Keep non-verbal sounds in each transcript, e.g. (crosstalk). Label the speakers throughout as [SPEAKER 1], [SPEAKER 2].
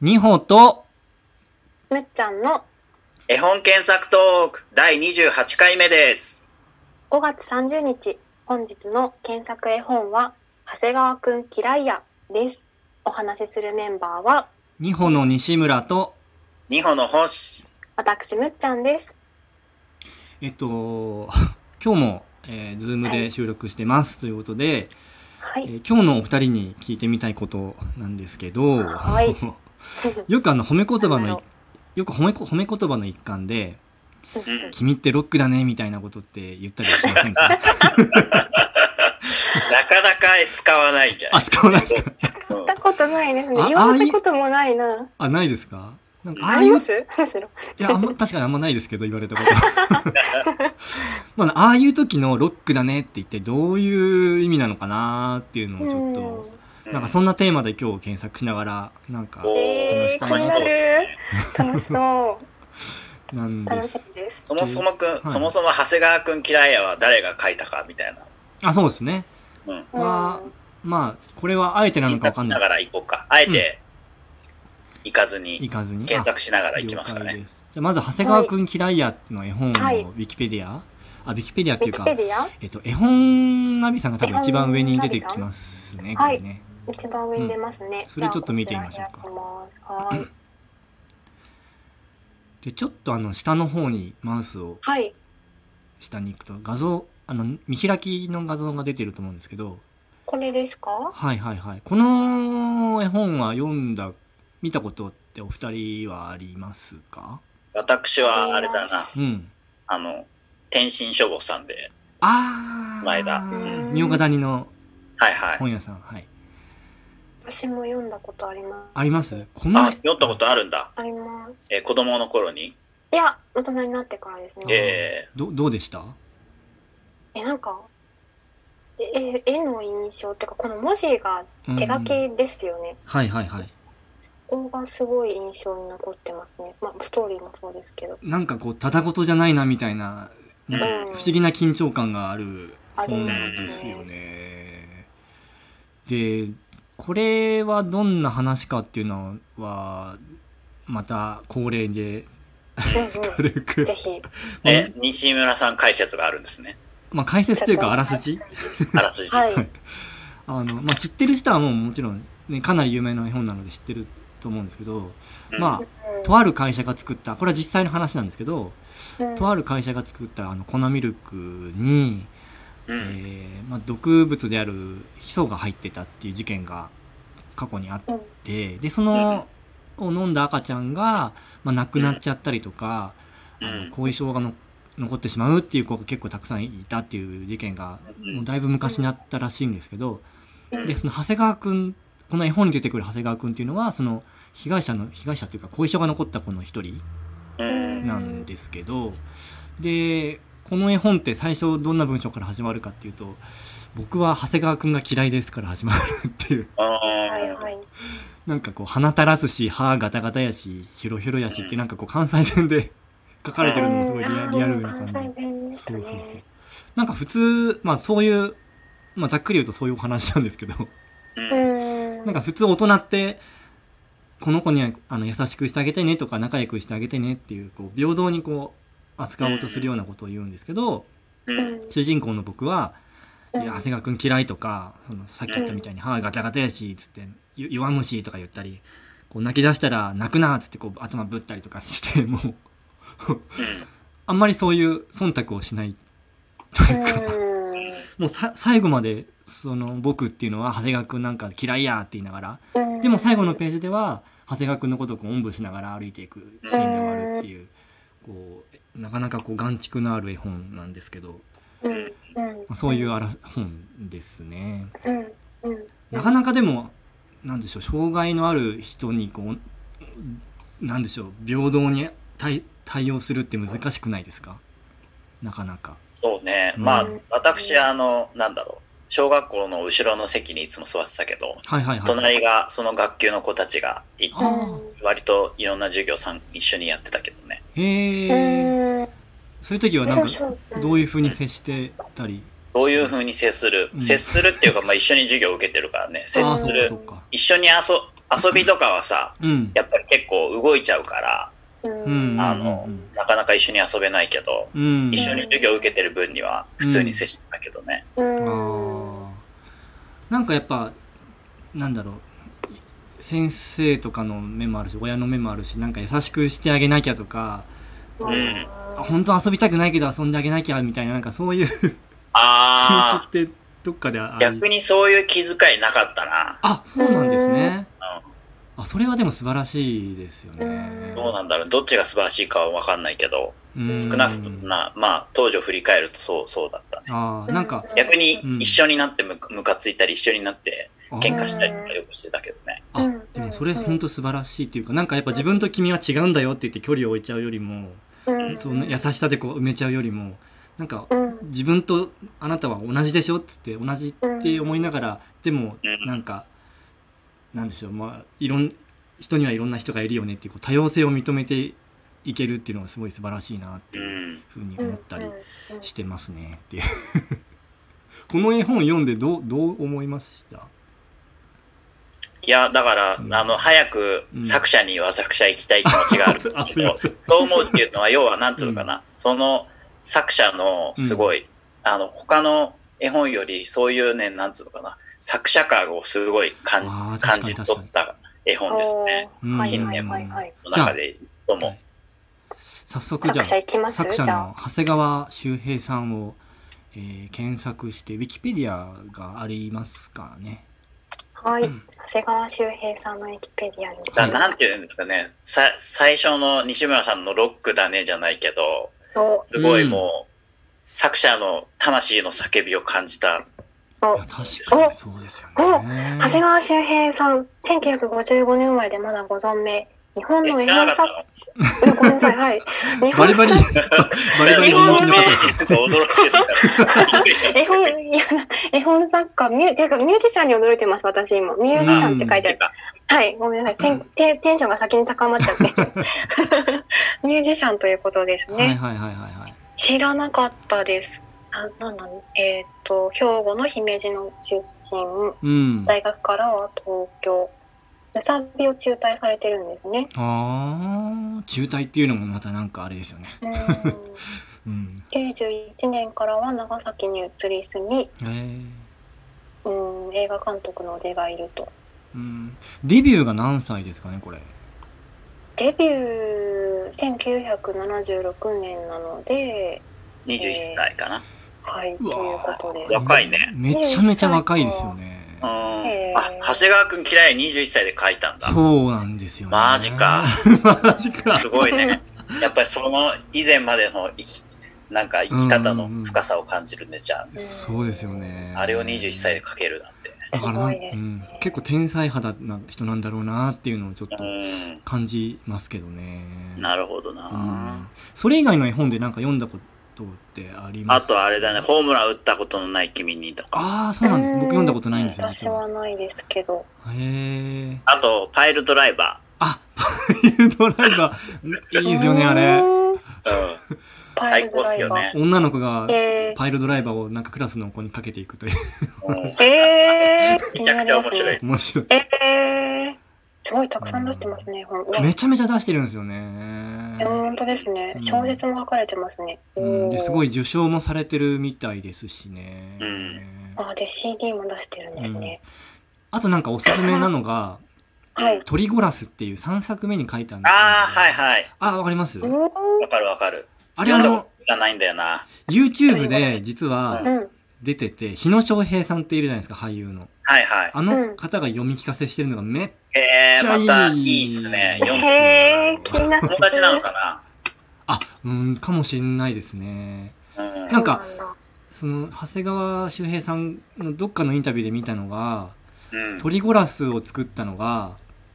[SPEAKER 1] 二歩と、
[SPEAKER 2] むっちゃんの
[SPEAKER 3] 絵本検索トーク第28回目です。
[SPEAKER 2] 5月30日本日の検索絵本は長谷川くん嫌いやですお話しするメンバーは
[SPEAKER 1] 二歩の西村と、
[SPEAKER 3] 二歩の星。
[SPEAKER 2] 私むっちゃんです
[SPEAKER 1] えっと、 (laughs) 今日も、えー、ズームで収録してますということで、
[SPEAKER 2] は
[SPEAKER 1] え
[SPEAKER 2] い
[SPEAKER 1] ー今日のお二人に聞いてみたいことなんですけど、
[SPEAKER 2] はい
[SPEAKER 1] (laughs) よくあの褒め言葉
[SPEAKER 2] なんだ
[SPEAKER 1] の
[SPEAKER 2] ろ、
[SPEAKER 1] よく褒めこ褒め言葉の一環で、
[SPEAKER 2] うんうん
[SPEAKER 1] 君ってロックだねみたいなことって言ったりしませんか (laughs)
[SPEAKER 3] なかなか使わないんじゃな
[SPEAKER 1] あ、
[SPEAKER 3] い
[SPEAKER 1] 使わないですか
[SPEAKER 3] う
[SPEAKER 2] し
[SPEAKER 3] ん
[SPEAKER 2] たことないですね
[SPEAKER 1] あ
[SPEAKER 2] 言われたこともないな
[SPEAKER 1] あ、ないですかなんか、あ
[SPEAKER 2] あ
[SPEAKER 1] あ
[SPEAKER 2] り
[SPEAKER 1] い
[SPEAKER 2] ま
[SPEAKER 1] う
[SPEAKER 2] すむしろ
[SPEAKER 1] いや、あん
[SPEAKER 2] (laughs)
[SPEAKER 1] ま、確かにあんまないですけど、言われたこと。 (laughs) まあ、ああいう時のロックだねって言って、どういう意味なのかなっていうのをちょっと、
[SPEAKER 3] う
[SPEAKER 1] なんかそんなテーマで今日検索しながら、なんか
[SPEAKER 3] お、
[SPEAKER 2] うんえー、
[SPEAKER 1] こ
[SPEAKER 2] 気
[SPEAKER 1] の人
[SPEAKER 2] になる楽しそう
[SPEAKER 1] なんで
[SPEAKER 2] 楽し
[SPEAKER 1] す。
[SPEAKER 2] みです
[SPEAKER 3] そもそもくん、
[SPEAKER 1] はい
[SPEAKER 3] そもそも長谷川くん嫌いやは誰が書いたかみたいな。
[SPEAKER 1] あ、そうですね。
[SPEAKER 3] うん。
[SPEAKER 2] うん
[SPEAKER 1] わまあ、これはあえてなの
[SPEAKER 3] 検
[SPEAKER 1] かわか
[SPEAKER 3] 索
[SPEAKER 1] ん
[SPEAKER 3] し
[SPEAKER 1] な
[SPEAKER 3] ない
[SPEAKER 1] で
[SPEAKER 3] がら行こうか。あえて行かず
[SPEAKER 1] す。行
[SPEAKER 3] に、
[SPEAKER 1] かずに。
[SPEAKER 3] 検索しながら
[SPEAKER 1] あ
[SPEAKER 3] 行きますか
[SPEAKER 1] 了解
[SPEAKER 3] ね。
[SPEAKER 1] です。じゃあまず、長谷川くん嫌いやの絵本のウ
[SPEAKER 2] はい
[SPEAKER 1] ィキペディアあ、ウィキペディアっ
[SPEAKER 2] ウ
[SPEAKER 1] てい
[SPEAKER 2] ィ
[SPEAKER 1] う
[SPEAKER 2] キ
[SPEAKER 1] か
[SPEAKER 2] ペ、ディア
[SPEAKER 1] えっと、絵本ナビさんが多分一番上に出てきますね、
[SPEAKER 2] 絵
[SPEAKER 1] こ
[SPEAKER 2] 本ナビさん
[SPEAKER 1] れね。
[SPEAKER 2] 一番上に出ますね、
[SPEAKER 1] うんそれちょっと見てみましょうか
[SPEAKER 2] じゃあこちら開きますはーい
[SPEAKER 1] で、ちょっとあの、下の方にマウスを
[SPEAKER 2] はい
[SPEAKER 1] 下に行くと画像あの見開きの画像が出てると思うんですけど
[SPEAKER 2] これですか
[SPEAKER 1] はいはいはいこの絵本は読んだ見たことってお二人はありますか
[SPEAKER 3] 私はあれだな、
[SPEAKER 1] うん
[SPEAKER 3] あの、天津書房さんで、
[SPEAKER 1] ああ
[SPEAKER 3] 前だ
[SPEAKER 2] うん
[SPEAKER 1] 三岡谷の
[SPEAKER 3] はいはい。
[SPEAKER 1] 本屋さんはい
[SPEAKER 2] 私も読んだことあります
[SPEAKER 1] ありますこ
[SPEAKER 3] あ、
[SPEAKER 1] の
[SPEAKER 3] 読んだことあるんだ。
[SPEAKER 2] あります。
[SPEAKER 3] えー子供の頃に。
[SPEAKER 2] いや、大人になってからですね。
[SPEAKER 3] え
[SPEAKER 1] どどうでした
[SPEAKER 2] え、なんか、え、え絵の印象ってか、この文字が手書
[SPEAKER 1] うん
[SPEAKER 2] きですよね。
[SPEAKER 1] はいはいはい
[SPEAKER 2] ここがすごい印象に残ってますね。まあ、ストーリーもそうですけど。
[SPEAKER 1] なんかこうただ事じゃないなみたいななんか
[SPEAKER 2] うん
[SPEAKER 1] 不思議な緊張感がある
[SPEAKER 2] あり
[SPEAKER 1] 本
[SPEAKER 2] ますね。
[SPEAKER 1] ですよね。でこれはどんな話かっていうのはまた恒例で
[SPEAKER 2] うん
[SPEAKER 1] 軽
[SPEAKER 2] う
[SPEAKER 1] く (laughs)
[SPEAKER 2] ん。ぜ、ひ。
[SPEAKER 3] ーえ、西村さん解説があるんですね。
[SPEAKER 1] まあ、解説というかあらすじ
[SPEAKER 3] あらすじ。
[SPEAKER 2] はい。
[SPEAKER 1] あの、まあ、知ってる人はもうもちろん、ね、かなり有名な絵本なので知ってると思うんですけど、
[SPEAKER 3] うん
[SPEAKER 1] ま
[SPEAKER 2] うん
[SPEAKER 1] とある会社が作ったこれは実際の話なんですけど、
[SPEAKER 2] うん
[SPEAKER 1] とある会社が作ったあの粉ミルクに、
[SPEAKER 3] うん
[SPEAKER 1] えーまあ、毒物であるヒ素が入ってたっていう事件が過去にあって
[SPEAKER 2] うん
[SPEAKER 1] ででそのを飲んだ赤ちゃんが、まあ、亡くなっちゃったりとか、
[SPEAKER 3] うん
[SPEAKER 1] あ
[SPEAKER 3] う
[SPEAKER 1] の
[SPEAKER 3] ん
[SPEAKER 1] 後遺症がの残ってしまうっていう子が結構たくさんいたっていう事件が
[SPEAKER 3] うん
[SPEAKER 1] もうだいぶ昔になったらしいんですけど
[SPEAKER 2] うん
[SPEAKER 1] でその長谷川くんこの絵本に出てくる長谷川くんっていうのはその被害者の被害者というか後遺症が残った子の一人
[SPEAKER 3] うん
[SPEAKER 1] なんですけどでこの絵本って最初どんな文章から始まるかっていうと「僕は長谷川くんが嫌いです」から始まる (laughs) っていう
[SPEAKER 2] はいは
[SPEAKER 3] あ
[SPEAKER 2] い。
[SPEAKER 1] なんかこう、鼻垂らすし、歯ガタガタやし、ヒロヒロやしっ
[SPEAKER 3] う
[SPEAKER 1] て、
[SPEAKER 3] ん
[SPEAKER 1] なんかこう、関西弁で (laughs) 書かれてるのもすごいリア
[SPEAKER 2] うん
[SPEAKER 1] リアルな
[SPEAKER 2] 関西
[SPEAKER 1] 感
[SPEAKER 2] 弁
[SPEAKER 1] じ。
[SPEAKER 2] です
[SPEAKER 1] そうそうそう
[SPEAKER 2] ね。。
[SPEAKER 1] なんか普通、まあそういう、まあざっくり言うとそういうお話なんですけど、 (laughs)
[SPEAKER 3] ーうん
[SPEAKER 2] うん。
[SPEAKER 1] なんか普通大人って、この子にはあの優しくしてあげてねとか仲良くしてあげてねっていう、こう、平等にこう、扱おうとするようなことを言うんですけど、
[SPEAKER 3] うん
[SPEAKER 2] うん、
[SPEAKER 1] 主人公の僕は、
[SPEAKER 2] う
[SPEAKER 1] い
[SPEAKER 2] ん
[SPEAKER 1] や、長谷川くん嫌いとか、そのさっき言ったみたいに、歯ガタガタやし、つって、よ弱虫とか言ったり、こう泣き出したら泣くな、つってこう頭ぶったりとかして、 (laughs) もう、
[SPEAKER 3] うん
[SPEAKER 1] あんまりそういう忖度をしない。というか、もうさ最後まで、その僕っていうのは長谷川くんなんか嫌いやって言いながら、
[SPEAKER 2] うん
[SPEAKER 1] でも最後のページでは、長谷川くんのことをこうおんぶしながら歩いていくシーンでもあるっていう、こう、なかなかこう、眼畜のある絵本なんですけど、
[SPEAKER 2] うんうん
[SPEAKER 1] まあそういうあら本ですね。
[SPEAKER 2] うんうん
[SPEAKER 1] なかなかでも、なんでしょう、障害のある人に、こう、なんでしょう、平等に対対応するって難しくないですかなかなか。
[SPEAKER 3] そうね。
[SPEAKER 1] うん
[SPEAKER 3] まあ、私、あの、なんだろう。小学校の後ろの席にいつも座ってたけど、
[SPEAKER 1] はいはいはい。
[SPEAKER 3] 隣がその学級の子たちがいて
[SPEAKER 1] あ、
[SPEAKER 3] 割といろんな授業さん一緒にやってたけどね。
[SPEAKER 1] へえ。そういう時はなんか、どういう風に接してたり。
[SPEAKER 3] どういうふうに接する
[SPEAKER 1] うん
[SPEAKER 3] 接するっていうか、まあ一緒に授業を受けてるからね。接
[SPEAKER 1] ああ、
[SPEAKER 3] す
[SPEAKER 1] そっか
[SPEAKER 3] る
[SPEAKER 1] そ。っか。
[SPEAKER 3] 一緒に遊遊びとかはさ、
[SPEAKER 1] うん
[SPEAKER 3] やっぱり結構動いちゃうから、
[SPEAKER 2] うん
[SPEAKER 1] うんうんうん
[SPEAKER 3] あのなかなか一緒に遊べないけど、
[SPEAKER 1] うん
[SPEAKER 3] 一緒に授業を受けてる分には普通に接してたけどね。
[SPEAKER 1] あ
[SPEAKER 2] うん
[SPEAKER 1] ーなんかやっぱなんだろう先生とかの目もあるし親の目もあるしなんか優しくしてあげなきゃとか
[SPEAKER 3] うん
[SPEAKER 1] あ本当は遊びたくないけど遊んであげなきゃみたいななんかそういう気持ち
[SPEAKER 3] あ
[SPEAKER 1] ってどっかで (laughs) ある
[SPEAKER 3] あ、逆にそういう気遣いなかったな。
[SPEAKER 1] あそうなんですねあそれはでも素晴らしいですよね
[SPEAKER 3] どうなんだろう、どっちが素晴らしいかは分かんないけど、
[SPEAKER 1] うん
[SPEAKER 3] 少なくともな、まあ、当時を振り返るとそう、そうだったね。
[SPEAKER 1] あーなんか
[SPEAKER 3] 逆に
[SPEAKER 1] うん
[SPEAKER 3] 一緒になってむかムカついたり、一緒になって
[SPEAKER 1] あ
[SPEAKER 3] 喧嘩したりとかよくしてたけどね。
[SPEAKER 1] あでもそれ本当素晴らしいっていうかなんかやっぱ自分と君は違うんだよって言って距離を置いちゃうよりも
[SPEAKER 2] うん
[SPEAKER 1] その優しさでこう埋めちゃうよりもなんか
[SPEAKER 2] うん
[SPEAKER 1] 自分とあなたは同じでしょっつって同じって思いながらでも
[SPEAKER 3] うん
[SPEAKER 1] なんかなんでしょうまあいろん人にはいろんな人がいるよねっていうこう多様性を認めていけるっていうのがすごい素晴らしいなって
[SPEAKER 3] う。
[SPEAKER 1] いうんふうに
[SPEAKER 2] うん
[SPEAKER 1] 思ったり
[SPEAKER 2] うんうん
[SPEAKER 1] してますねっていう (laughs) この絵本読んでどうどう思いました
[SPEAKER 3] いや、だから、
[SPEAKER 1] うん
[SPEAKER 3] あの、早く
[SPEAKER 1] うん
[SPEAKER 3] 作者には作者行きたい気持ちがあるんです
[SPEAKER 1] (laughs) あす
[SPEAKER 3] け
[SPEAKER 1] いま
[SPEAKER 3] ど、
[SPEAKER 1] せん
[SPEAKER 3] そう思うっていうのは、要は、なんていうのかな、その作者のすごい、あの、他の絵本より、そういうね、なんていうのかな、作者感をすごい感
[SPEAKER 1] あー
[SPEAKER 3] 感
[SPEAKER 1] 確
[SPEAKER 3] じ
[SPEAKER 1] かに確
[SPEAKER 3] 取
[SPEAKER 1] か
[SPEAKER 3] っ
[SPEAKER 1] に
[SPEAKER 3] た絵本ですね。
[SPEAKER 2] おー
[SPEAKER 1] うん
[SPEAKER 2] はいはいはいはい。
[SPEAKER 3] の中で、どうも。
[SPEAKER 1] 早速じゃ
[SPEAKER 2] 作
[SPEAKER 1] あ
[SPEAKER 2] 者いきます
[SPEAKER 1] 作者
[SPEAKER 2] じゃ
[SPEAKER 1] の長谷川周平さんを、えー検索してウィキペディアがありますからね。
[SPEAKER 2] あ。はい。
[SPEAKER 1] う
[SPEAKER 2] 長
[SPEAKER 1] ん
[SPEAKER 2] 谷川周平さんのウィキペディアに。
[SPEAKER 1] はい
[SPEAKER 3] だなんていうんですかね、さ最初の西村さんのロックだねじゃないけど、
[SPEAKER 2] お
[SPEAKER 3] すごい
[SPEAKER 1] うん
[SPEAKER 3] もう、作者の魂の叫びを感じた。
[SPEAKER 1] いや確かにそうですよね。
[SPEAKER 2] 長谷川周平さん、1955年生まれでまだご存命。日本の
[SPEAKER 3] え
[SPEAKER 2] 絵
[SPEAKER 3] 知ら
[SPEAKER 2] 本
[SPEAKER 3] な
[SPEAKER 2] 作
[SPEAKER 3] かっ
[SPEAKER 2] うんごめんなさい、はい。日
[SPEAKER 1] バリ
[SPEAKER 2] 本
[SPEAKER 1] バリ
[SPEAKER 3] た
[SPEAKER 1] バ
[SPEAKER 3] の
[SPEAKER 1] リバリ
[SPEAKER 3] 日
[SPEAKER 1] ご
[SPEAKER 3] 本
[SPEAKER 1] 人
[SPEAKER 3] の
[SPEAKER 1] 気の方
[SPEAKER 3] メディアと驚けてた。
[SPEAKER 2] 絵本、いや、絵本作家、ミュてかミュージシャンに驚いてます、私今。ミュージシャンって書いてあ (laughs) る。はい、ごめんなさい。テンテンテンションが先に高まっち
[SPEAKER 1] (laughs)
[SPEAKER 2] ゃって。ミュージシャンということですね。
[SPEAKER 1] はいはいはいはいはい。
[SPEAKER 2] 知らなかったです。あ、なんなのえっ、と、兵庫の姫路の出身、
[SPEAKER 1] うん。あ
[SPEAKER 2] 大学からは東京。ムサビを中退されてるんです
[SPEAKER 1] (laughs)
[SPEAKER 2] ね。
[SPEAKER 1] あー中退っていうのもまたなんかあれですよね。
[SPEAKER 2] うーん
[SPEAKER 1] うん。
[SPEAKER 2] 91年からは長崎に移り住み、
[SPEAKER 1] えー
[SPEAKER 2] うん、映画監督の腕がいると。
[SPEAKER 1] うん、デビューが何歳ですかねこれ。
[SPEAKER 2] デビュー1976年なので、
[SPEAKER 3] 21歳かな。
[SPEAKER 2] はい、と
[SPEAKER 1] うわー
[SPEAKER 2] いうことです。
[SPEAKER 3] 若いね
[SPEAKER 1] めちゃめちゃ若いですよね。
[SPEAKER 3] う
[SPEAKER 2] へ
[SPEAKER 3] ん。
[SPEAKER 2] ー
[SPEAKER 3] あ、長谷川くん嫌い21歳で書いたんだ。
[SPEAKER 1] そうなんですよ、ね。
[SPEAKER 3] マジか。
[SPEAKER 1] (laughs) マジか。
[SPEAKER 3] すごいね。やっぱりその以前までの生き、なんか生き方の深さを感じるね、じゃ
[SPEAKER 2] うん
[SPEAKER 1] そうですよね。
[SPEAKER 3] あ。あれを21歳で書けるなんて。
[SPEAKER 1] だからなん
[SPEAKER 2] すごいね
[SPEAKER 1] うん、結構天才肌な人なんだろうなっていうのをちょっと
[SPEAKER 3] う
[SPEAKER 1] 感じますけどね。
[SPEAKER 3] ん。なるほどな。
[SPEAKER 1] うんそれ以外の絵本でなんか読んだことってありま
[SPEAKER 3] あ
[SPEAKER 1] す
[SPEAKER 3] とあれだね、。ホームラン打ったことのない君にとか。
[SPEAKER 1] ああ、そうなんです。僕読んだことないんですよ、
[SPEAKER 2] 私
[SPEAKER 1] 実
[SPEAKER 2] は
[SPEAKER 1] は。
[SPEAKER 2] ないですけど。
[SPEAKER 1] へえ。
[SPEAKER 3] あと、パイルドライバ
[SPEAKER 1] あ、パイルドライバー。いいですよね、あれ。
[SPEAKER 2] うん。
[SPEAKER 3] ー。うん。
[SPEAKER 2] パイ
[SPEAKER 3] 最
[SPEAKER 2] ルド
[SPEAKER 3] 高っ
[SPEAKER 2] ラ
[SPEAKER 3] す
[SPEAKER 2] イ
[SPEAKER 3] よ
[SPEAKER 2] バー。
[SPEAKER 3] ね。
[SPEAKER 1] 女の子が
[SPEAKER 2] え
[SPEAKER 1] パイルドライバーをなんかクラスの子にかけていくという。
[SPEAKER 3] うん
[SPEAKER 2] ー、えー、
[SPEAKER 3] めちゃくちゃ面白い
[SPEAKER 2] 気
[SPEAKER 1] 面白い。
[SPEAKER 2] になりますね。えー、すごいたくさん出してますね、本。
[SPEAKER 1] めちゃめちゃ出してるんですよね。
[SPEAKER 2] 本当ですね
[SPEAKER 1] う。ん
[SPEAKER 2] 小説も書かれてますね。
[SPEAKER 1] うん、ですご
[SPEAKER 2] い。
[SPEAKER 1] い受賞もされてるみたいですしね。
[SPEAKER 3] うん
[SPEAKER 2] あ、で CD も出してるんですね。
[SPEAKER 1] あとなんかおすすめなのが
[SPEAKER 3] うん
[SPEAKER 2] はい
[SPEAKER 1] 「。トリゴラス」っていう3作目に書いたんですけど
[SPEAKER 3] ああ、はいはい。
[SPEAKER 1] あわかります
[SPEAKER 2] うん。
[SPEAKER 3] わかるわかる。
[SPEAKER 1] あれあ
[SPEAKER 3] 読んだ
[SPEAKER 1] の
[SPEAKER 3] ことがないんだよな。
[SPEAKER 1] YouTube で実
[SPEAKER 3] う
[SPEAKER 1] は
[SPEAKER 2] うん。
[SPEAKER 1] 出てて日野翔平さんっているじゃないですか俳優の
[SPEAKER 3] はいはい。
[SPEAKER 1] あ
[SPEAKER 2] う
[SPEAKER 1] の
[SPEAKER 2] ん
[SPEAKER 1] 方が読み聞かせしてるのがめっ
[SPEAKER 3] え
[SPEAKER 1] ちゃい
[SPEAKER 3] ー、
[SPEAKER 1] い、
[SPEAKER 3] またいいっすね。読む
[SPEAKER 2] へー、気になって
[SPEAKER 3] 友達なのか
[SPEAKER 1] あうんかもしんないですね
[SPEAKER 3] な。うん。
[SPEAKER 1] なんか
[SPEAKER 2] そうだ
[SPEAKER 1] その長谷川周平さんのどっかのインタビューで見たのが
[SPEAKER 3] う
[SPEAKER 1] 「
[SPEAKER 3] ん
[SPEAKER 1] トリゴラス」を作ったのが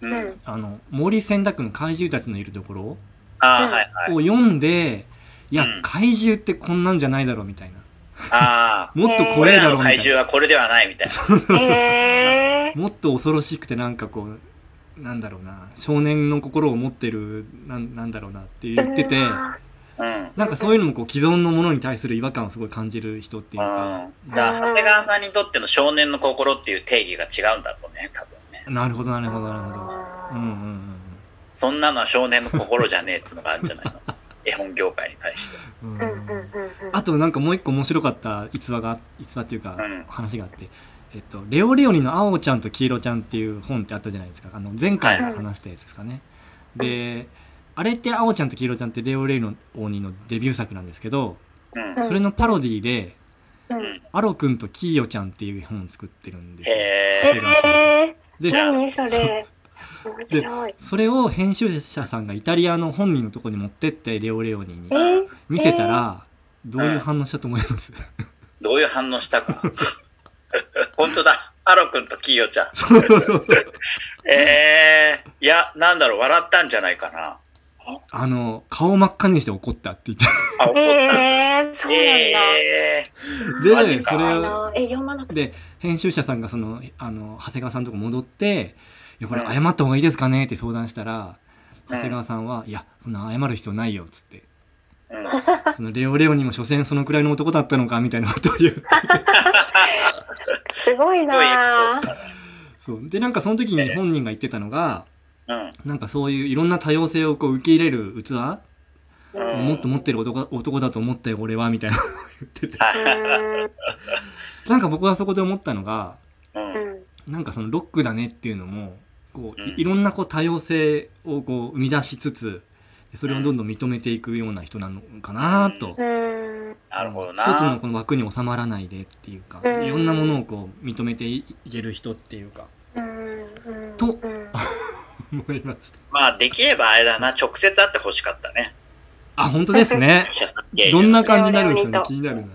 [SPEAKER 3] うん。
[SPEAKER 2] うん
[SPEAKER 1] あの毛利千田区の怪獣たちのいるところ
[SPEAKER 3] ああ、はいはい。
[SPEAKER 1] を読んで、いや
[SPEAKER 3] うん、
[SPEAKER 1] 怪獣ってこんなんじゃないだろうみたいな。
[SPEAKER 3] ああ。
[SPEAKER 1] もっと
[SPEAKER 3] こ
[SPEAKER 1] 怖
[SPEAKER 3] れ
[SPEAKER 1] え
[SPEAKER 3] ら
[SPEAKER 1] だ
[SPEAKER 3] の
[SPEAKER 1] ろうみた
[SPEAKER 3] 怪
[SPEAKER 1] い
[SPEAKER 3] 獣はこれではないみたいな。
[SPEAKER 2] へ
[SPEAKER 1] な。もっと恐ろしくてなんかこう、なんだろうな、少年の心を持ってる、なんなんだろうなって
[SPEAKER 2] ー。
[SPEAKER 1] (laughs) 言ってて、
[SPEAKER 2] う
[SPEAKER 1] な
[SPEAKER 2] わ
[SPEAKER 3] うん。
[SPEAKER 1] んかそういうのもこう既存のものに対する違和感をすごい感じる人っていうか、
[SPEAKER 3] うん、だから長谷川さんにとっての少年の心っていう定義が違うんだろうね、多分ね。ね。
[SPEAKER 1] なるほどなるほどなるほどうんうん
[SPEAKER 3] そんなのは少年の心じゃねえっつうのがあるんじゃないの
[SPEAKER 1] (laughs)
[SPEAKER 3] 絵本業界に対して。
[SPEAKER 1] うんう
[SPEAKER 2] う
[SPEAKER 1] ん
[SPEAKER 2] う
[SPEAKER 1] ん
[SPEAKER 2] んうん
[SPEAKER 1] うん
[SPEAKER 2] うん
[SPEAKER 1] あとなんかもう一個面白かった逸話が逸話っていうか
[SPEAKER 3] うん
[SPEAKER 1] 話があって、えっと「レオレオニの青ちゃんと黄色ちゃん」っていう本ってあったじゃないですかあの前回
[SPEAKER 2] はい
[SPEAKER 1] 話したやつですかね、であれって青ちゃんと黄色ちゃんってレオレオニの鬼のデビュー作なんですけど
[SPEAKER 3] うん。
[SPEAKER 2] うん
[SPEAKER 1] それのパロディで
[SPEAKER 2] うん
[SPEAKER 1] アロくんとキーヨちゃんっていう本を作ってるんですよ
[SPEAKER 3] へ
[SPEAKER 2] え
[SPEAKER 3] え。
[SPEAKER 1] で
[SPEAKER 2] ー、何それ面白い。
[SPEAKER 1] それを編集者さんがイタリアの本人のとこに持ってってレオレオニに
[SPEAKER 2] えー、
[SPEAKER 1] 見せたらどういう反応したと思います、 (laughs)
[SPEAKER 3] どういう反応したか。 (laughs) 本当だ。アロ君とキヨちゃん。ええいや、なんだろう、笑ったんじゃないかな。
[SPEAKER 1] あの顔真っ赤にして怒ったって言って
[SPEAKER 3] あ、怒った。
[SPEAKER 2] えー、そうなんだ。
[SPEAKER 3] え
[SPEAKER 1] で
[SPEAKER 3] マジか
[SPEAKER 1] それ
[SPEAKER 2] あ
[SPEAKER 1] を
[SPEAKER 2] のえ読まなくて
[SPEAKER 1] で編集者さんがそのあの長谷川さんのとこ戻って「いやこれ謝った方がいいですかね?」って相談したら
[SPEAKER 3] う
[SPEAKER 1] 長
[SPEAKER 3] ん
[SPEAKER 1] 谷川さんは「いやそんな謝る必要ないよ」っつって
[SPEAKER 3] ーう
[SPEAKER 1] 「
[SPEAKER 3] ん
[SPEAKER 1] そのレオレオにも所詮そのくらいの男だったのか」みたいなことを言う (laughs)
[SPEAKER 2] すごいなぁ。
[SPEAKER 1] そうでなんかその時に本人が言ってたのが
[SPEAKER 3] うん。
[SPEAKER 1] なんかそういういろんな多様性をこう受け入れる器
[SPEAKER 3] う
[SPEAKER 1] を
[SPEAKER 3] ん
[SPEAKER 1] もっと持ってる男男だと思ったよ俺はみたいな言ってて
[SPEAKER 2] う
[SPEAKER 3] は
[SPEAKER 2] ーん
[SPEAKER 1] なんか僕はそこで思ったのが
[SPEAKER 3] うん
[SPEAKER 2] うん
[SPEAKER 1] なんかそのロックだねっていうのもこうい
[SPEAKER 3] うん
[SPEAKER 1] いろんなこう多様性をこう生み出しつつそれをどんどん認めていくような人なのかなと、
[SPEAKER 2] うーん
[SPEAKER 3] なるほど
[SPEAKER 1] 一つの
[SPEAKER 3] な
[SPEAKER 1] こ。の枠に収まらないでっていうか、
[SPEAKER 2] うん
[SPEAKER 1] いろんなものをこう認めていける人っていうか (laughs)
[SPEAKER 2] うんうん
[SPEAKER 1] と
[SPEAKER 2] うん
[SPEAKER 1] 思いました
[SPEAKER 3] まあ、できればあれだな、直接会ってほしかったね。
[SPEAKER 1] あ本当
[SPEAKER 3] (laughs)
[SPEAKER 1] ですねどんな感じになるんですかね気になるな、はい、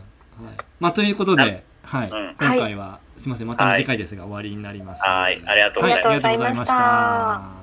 [SPEAKER 1] まあということで、はい
[SPEAKER 3] う
[SPEAKER 1] 今
[SPEAKER 3] ん
[SPEAKER 1] 回はすいませんまた次回ですが終わりになります
[SPEAKER 3] はいありがとうございました
[SPEAKER 1] はありがとうございました